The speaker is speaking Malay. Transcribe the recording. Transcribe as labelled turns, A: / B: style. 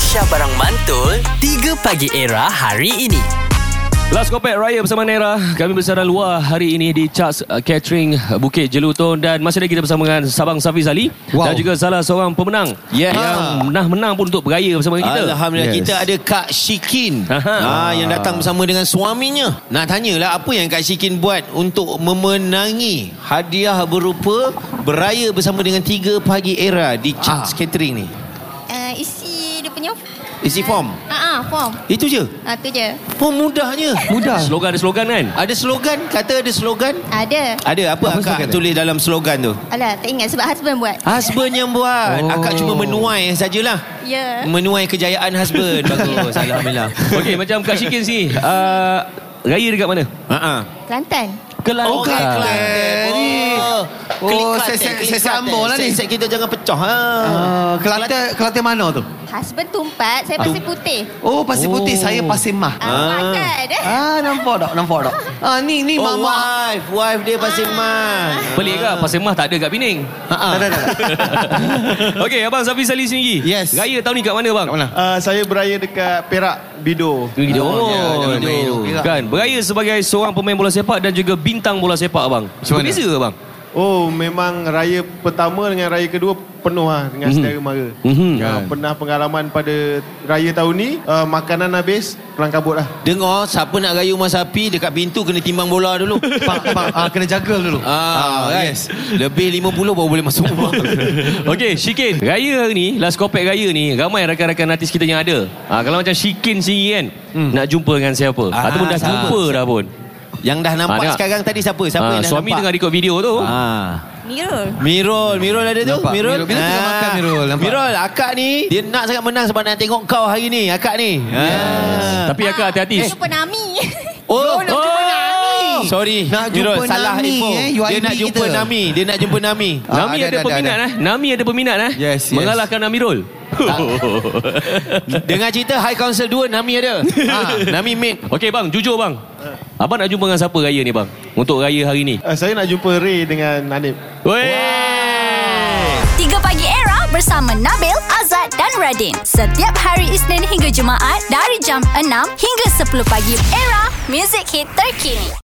A: Syah Barang Mantul 3 Pagi Era hari ini
B: Last Kopek Raya bersama Naira Kami bersara luar hari ini di Charles uh, Catering uh, Bukit Jelutong Dan masih lagi kita bersama dengan Sabang Safiz Ali
C: Wow.
B: Dan juga salah seorang pemenang
D: Yeah.
B: Yang pernah menang pun untuk beraya bersama dengan kita
D: Alhamdulillah yes.
C: Yes.
D: kita ada Kak Syikin.
B: Aha.
D: Ah yang datang bersama dengan suaminya. Nak tanyalah apa yang Kak Syikin buat untuk memenangi hadiah berupa beraya bersama dengan 3 pagi era di Charles Catering ni.
E: uh, isi dia punya
D: Isi form.
E: ah uh, uh, form
D: Itu je.
E: ah tu je
D: Oh mudahnya.
C: Mudah
B: Slogan ada slogan kan
D: Ada slogan? Kata ada slogan?
E: ada
D: Ada
C: Apa
D: apa, apa akak
C: slogan dia?
D: tulis dalam slogan tu?
E: Ah, alah tak ingat sebab husband buat
D: Husband yang buat.
C: Oh.
D: Oh. Akak cuma menuai sajalah.
E: ya yeah.
D: Menuai kejayaan husband. Bagus. Alhamdulillah.
B: Okey macam Kak Syikin sini uh, Raya dekat mana?
D: Ha
E: Kelantan
D: Oh,
B: Kelantan
D: Kelantan. Oh,
C: Oh,
D: Klik Kelantan,
C: saya-
D: klik
C: saya sambung lah
D: Kelantan.
C: ni.
D: Set kita jangan pecah. Ha.
C: Ah, Kelantan Kelantan mana tu?
E: husband tumpat saya pasal putih
C: Oh pasir putih
D: Oh.
C: saya pasir mah.
E: ah, ah. makan eh
C: Ah nampak tak nampak tak. Ah ni ni
D: Oh,
C: mama.
D: wife. Wife dia pasal man.
B: Pelik ke? Pasir Mah tak ada kat Pening
C: Ah, tak, tak, tak.
B: Okey Abang Safiz Ali sendiri
C: Yes.
B: Raya tahun ni kat mana bang?
C: Kat mana?
F: Uh, saya beraya dekat Perak Bido.
B: Begitu. Oh,
D: dia ada
B: oh,
D: main
B: oh,
C: tu.
B: kan beraya sebagai seorang pemain bola sepak dan juga bintang bola sepak abang.
C: Macam mana?
B: Berbeza ke bang?
F: Oh, memang raya pertama dengan raya kedua penuh lah dengan
C: Hmm.
B: Mhm.
F: selera mara.
B: Mhm.
D: Kan?
F: Uh, pernah pengalaman pada raya tahun ni, uh, makanan habis, pulang kabut lah.
D: Dengar, siapa nak rayu mas api dekat pintu kena timbang bola dulu.
C: Pak, pak, ah, kena jaga dulu.
D: Ah, right. Lebih 50 baru boleh masuk rumah.
B: Okey, Syikin. Raya hari ni, last kopek raya ni, ramai rakan-rakan artis kita yang ada. Ha, kalau macam Syikin sendiri kan, hmm. nak jumpa dengan siapa?
D: Ah,
B: Ataupun dah
D: siapa?
B: jumpa dah pun.
D: yang dah
B: Ah,
D: nampak
B: tengok.
D: sekarang tadi siapa? Siapa
B: Ha,
D: yang dah
B: suami tengah
D: nampak?
B: record video tu. Ha.
D: Ah.
E: Mirul
D: Mirul, Mirul ada tu?
C: Nampak,
D: Mirul. Ah.
C: Mirul. Bila tengah makan, Mirul, nampak?
D: Mirul, akak ni dia nak sangat menang sebab nak tengok kau hari ni, akak ni. Ah.
B: Tapi akak hati-hati.
C: Eh.
E: jumpa Nami
D: Oh,
B: nak jumpa Nami.
D: Sorry.
C: Nak
D: Mirul,
C: jumpa
D: salah
C: Nami,
D: info.
C: eh, UIP
D: Dia nak jumpa
C: kita.
D: Nami. Dia nak jumpa Nami.
C: Ah,
B: Nami
C: ada,
B: ada,
C: ada,
B: peminat
C: ada.
B: eh. Nami ada peminat eh.
C: Yes, yes.
B: Mengalahkan Amirul.
D: Dengar cerita High Council 2 Nami ada.
C: Ah,
D: ha, Nami Ah. mate.
B: Okey bang, jujur bang. Abang nak jumpa dengan siapa raya ni bang? Untuk raya hari ni.
F: Uh, saya nak jumpa Ray dengan Hanif.
B: Weh!
G: 3 Pagi Era bersama Nabil, Azad dan Radin. Setiap hari Isnin hingga Jumaat dari jam 6 hingga 10 pagi. Era, music hit terkini.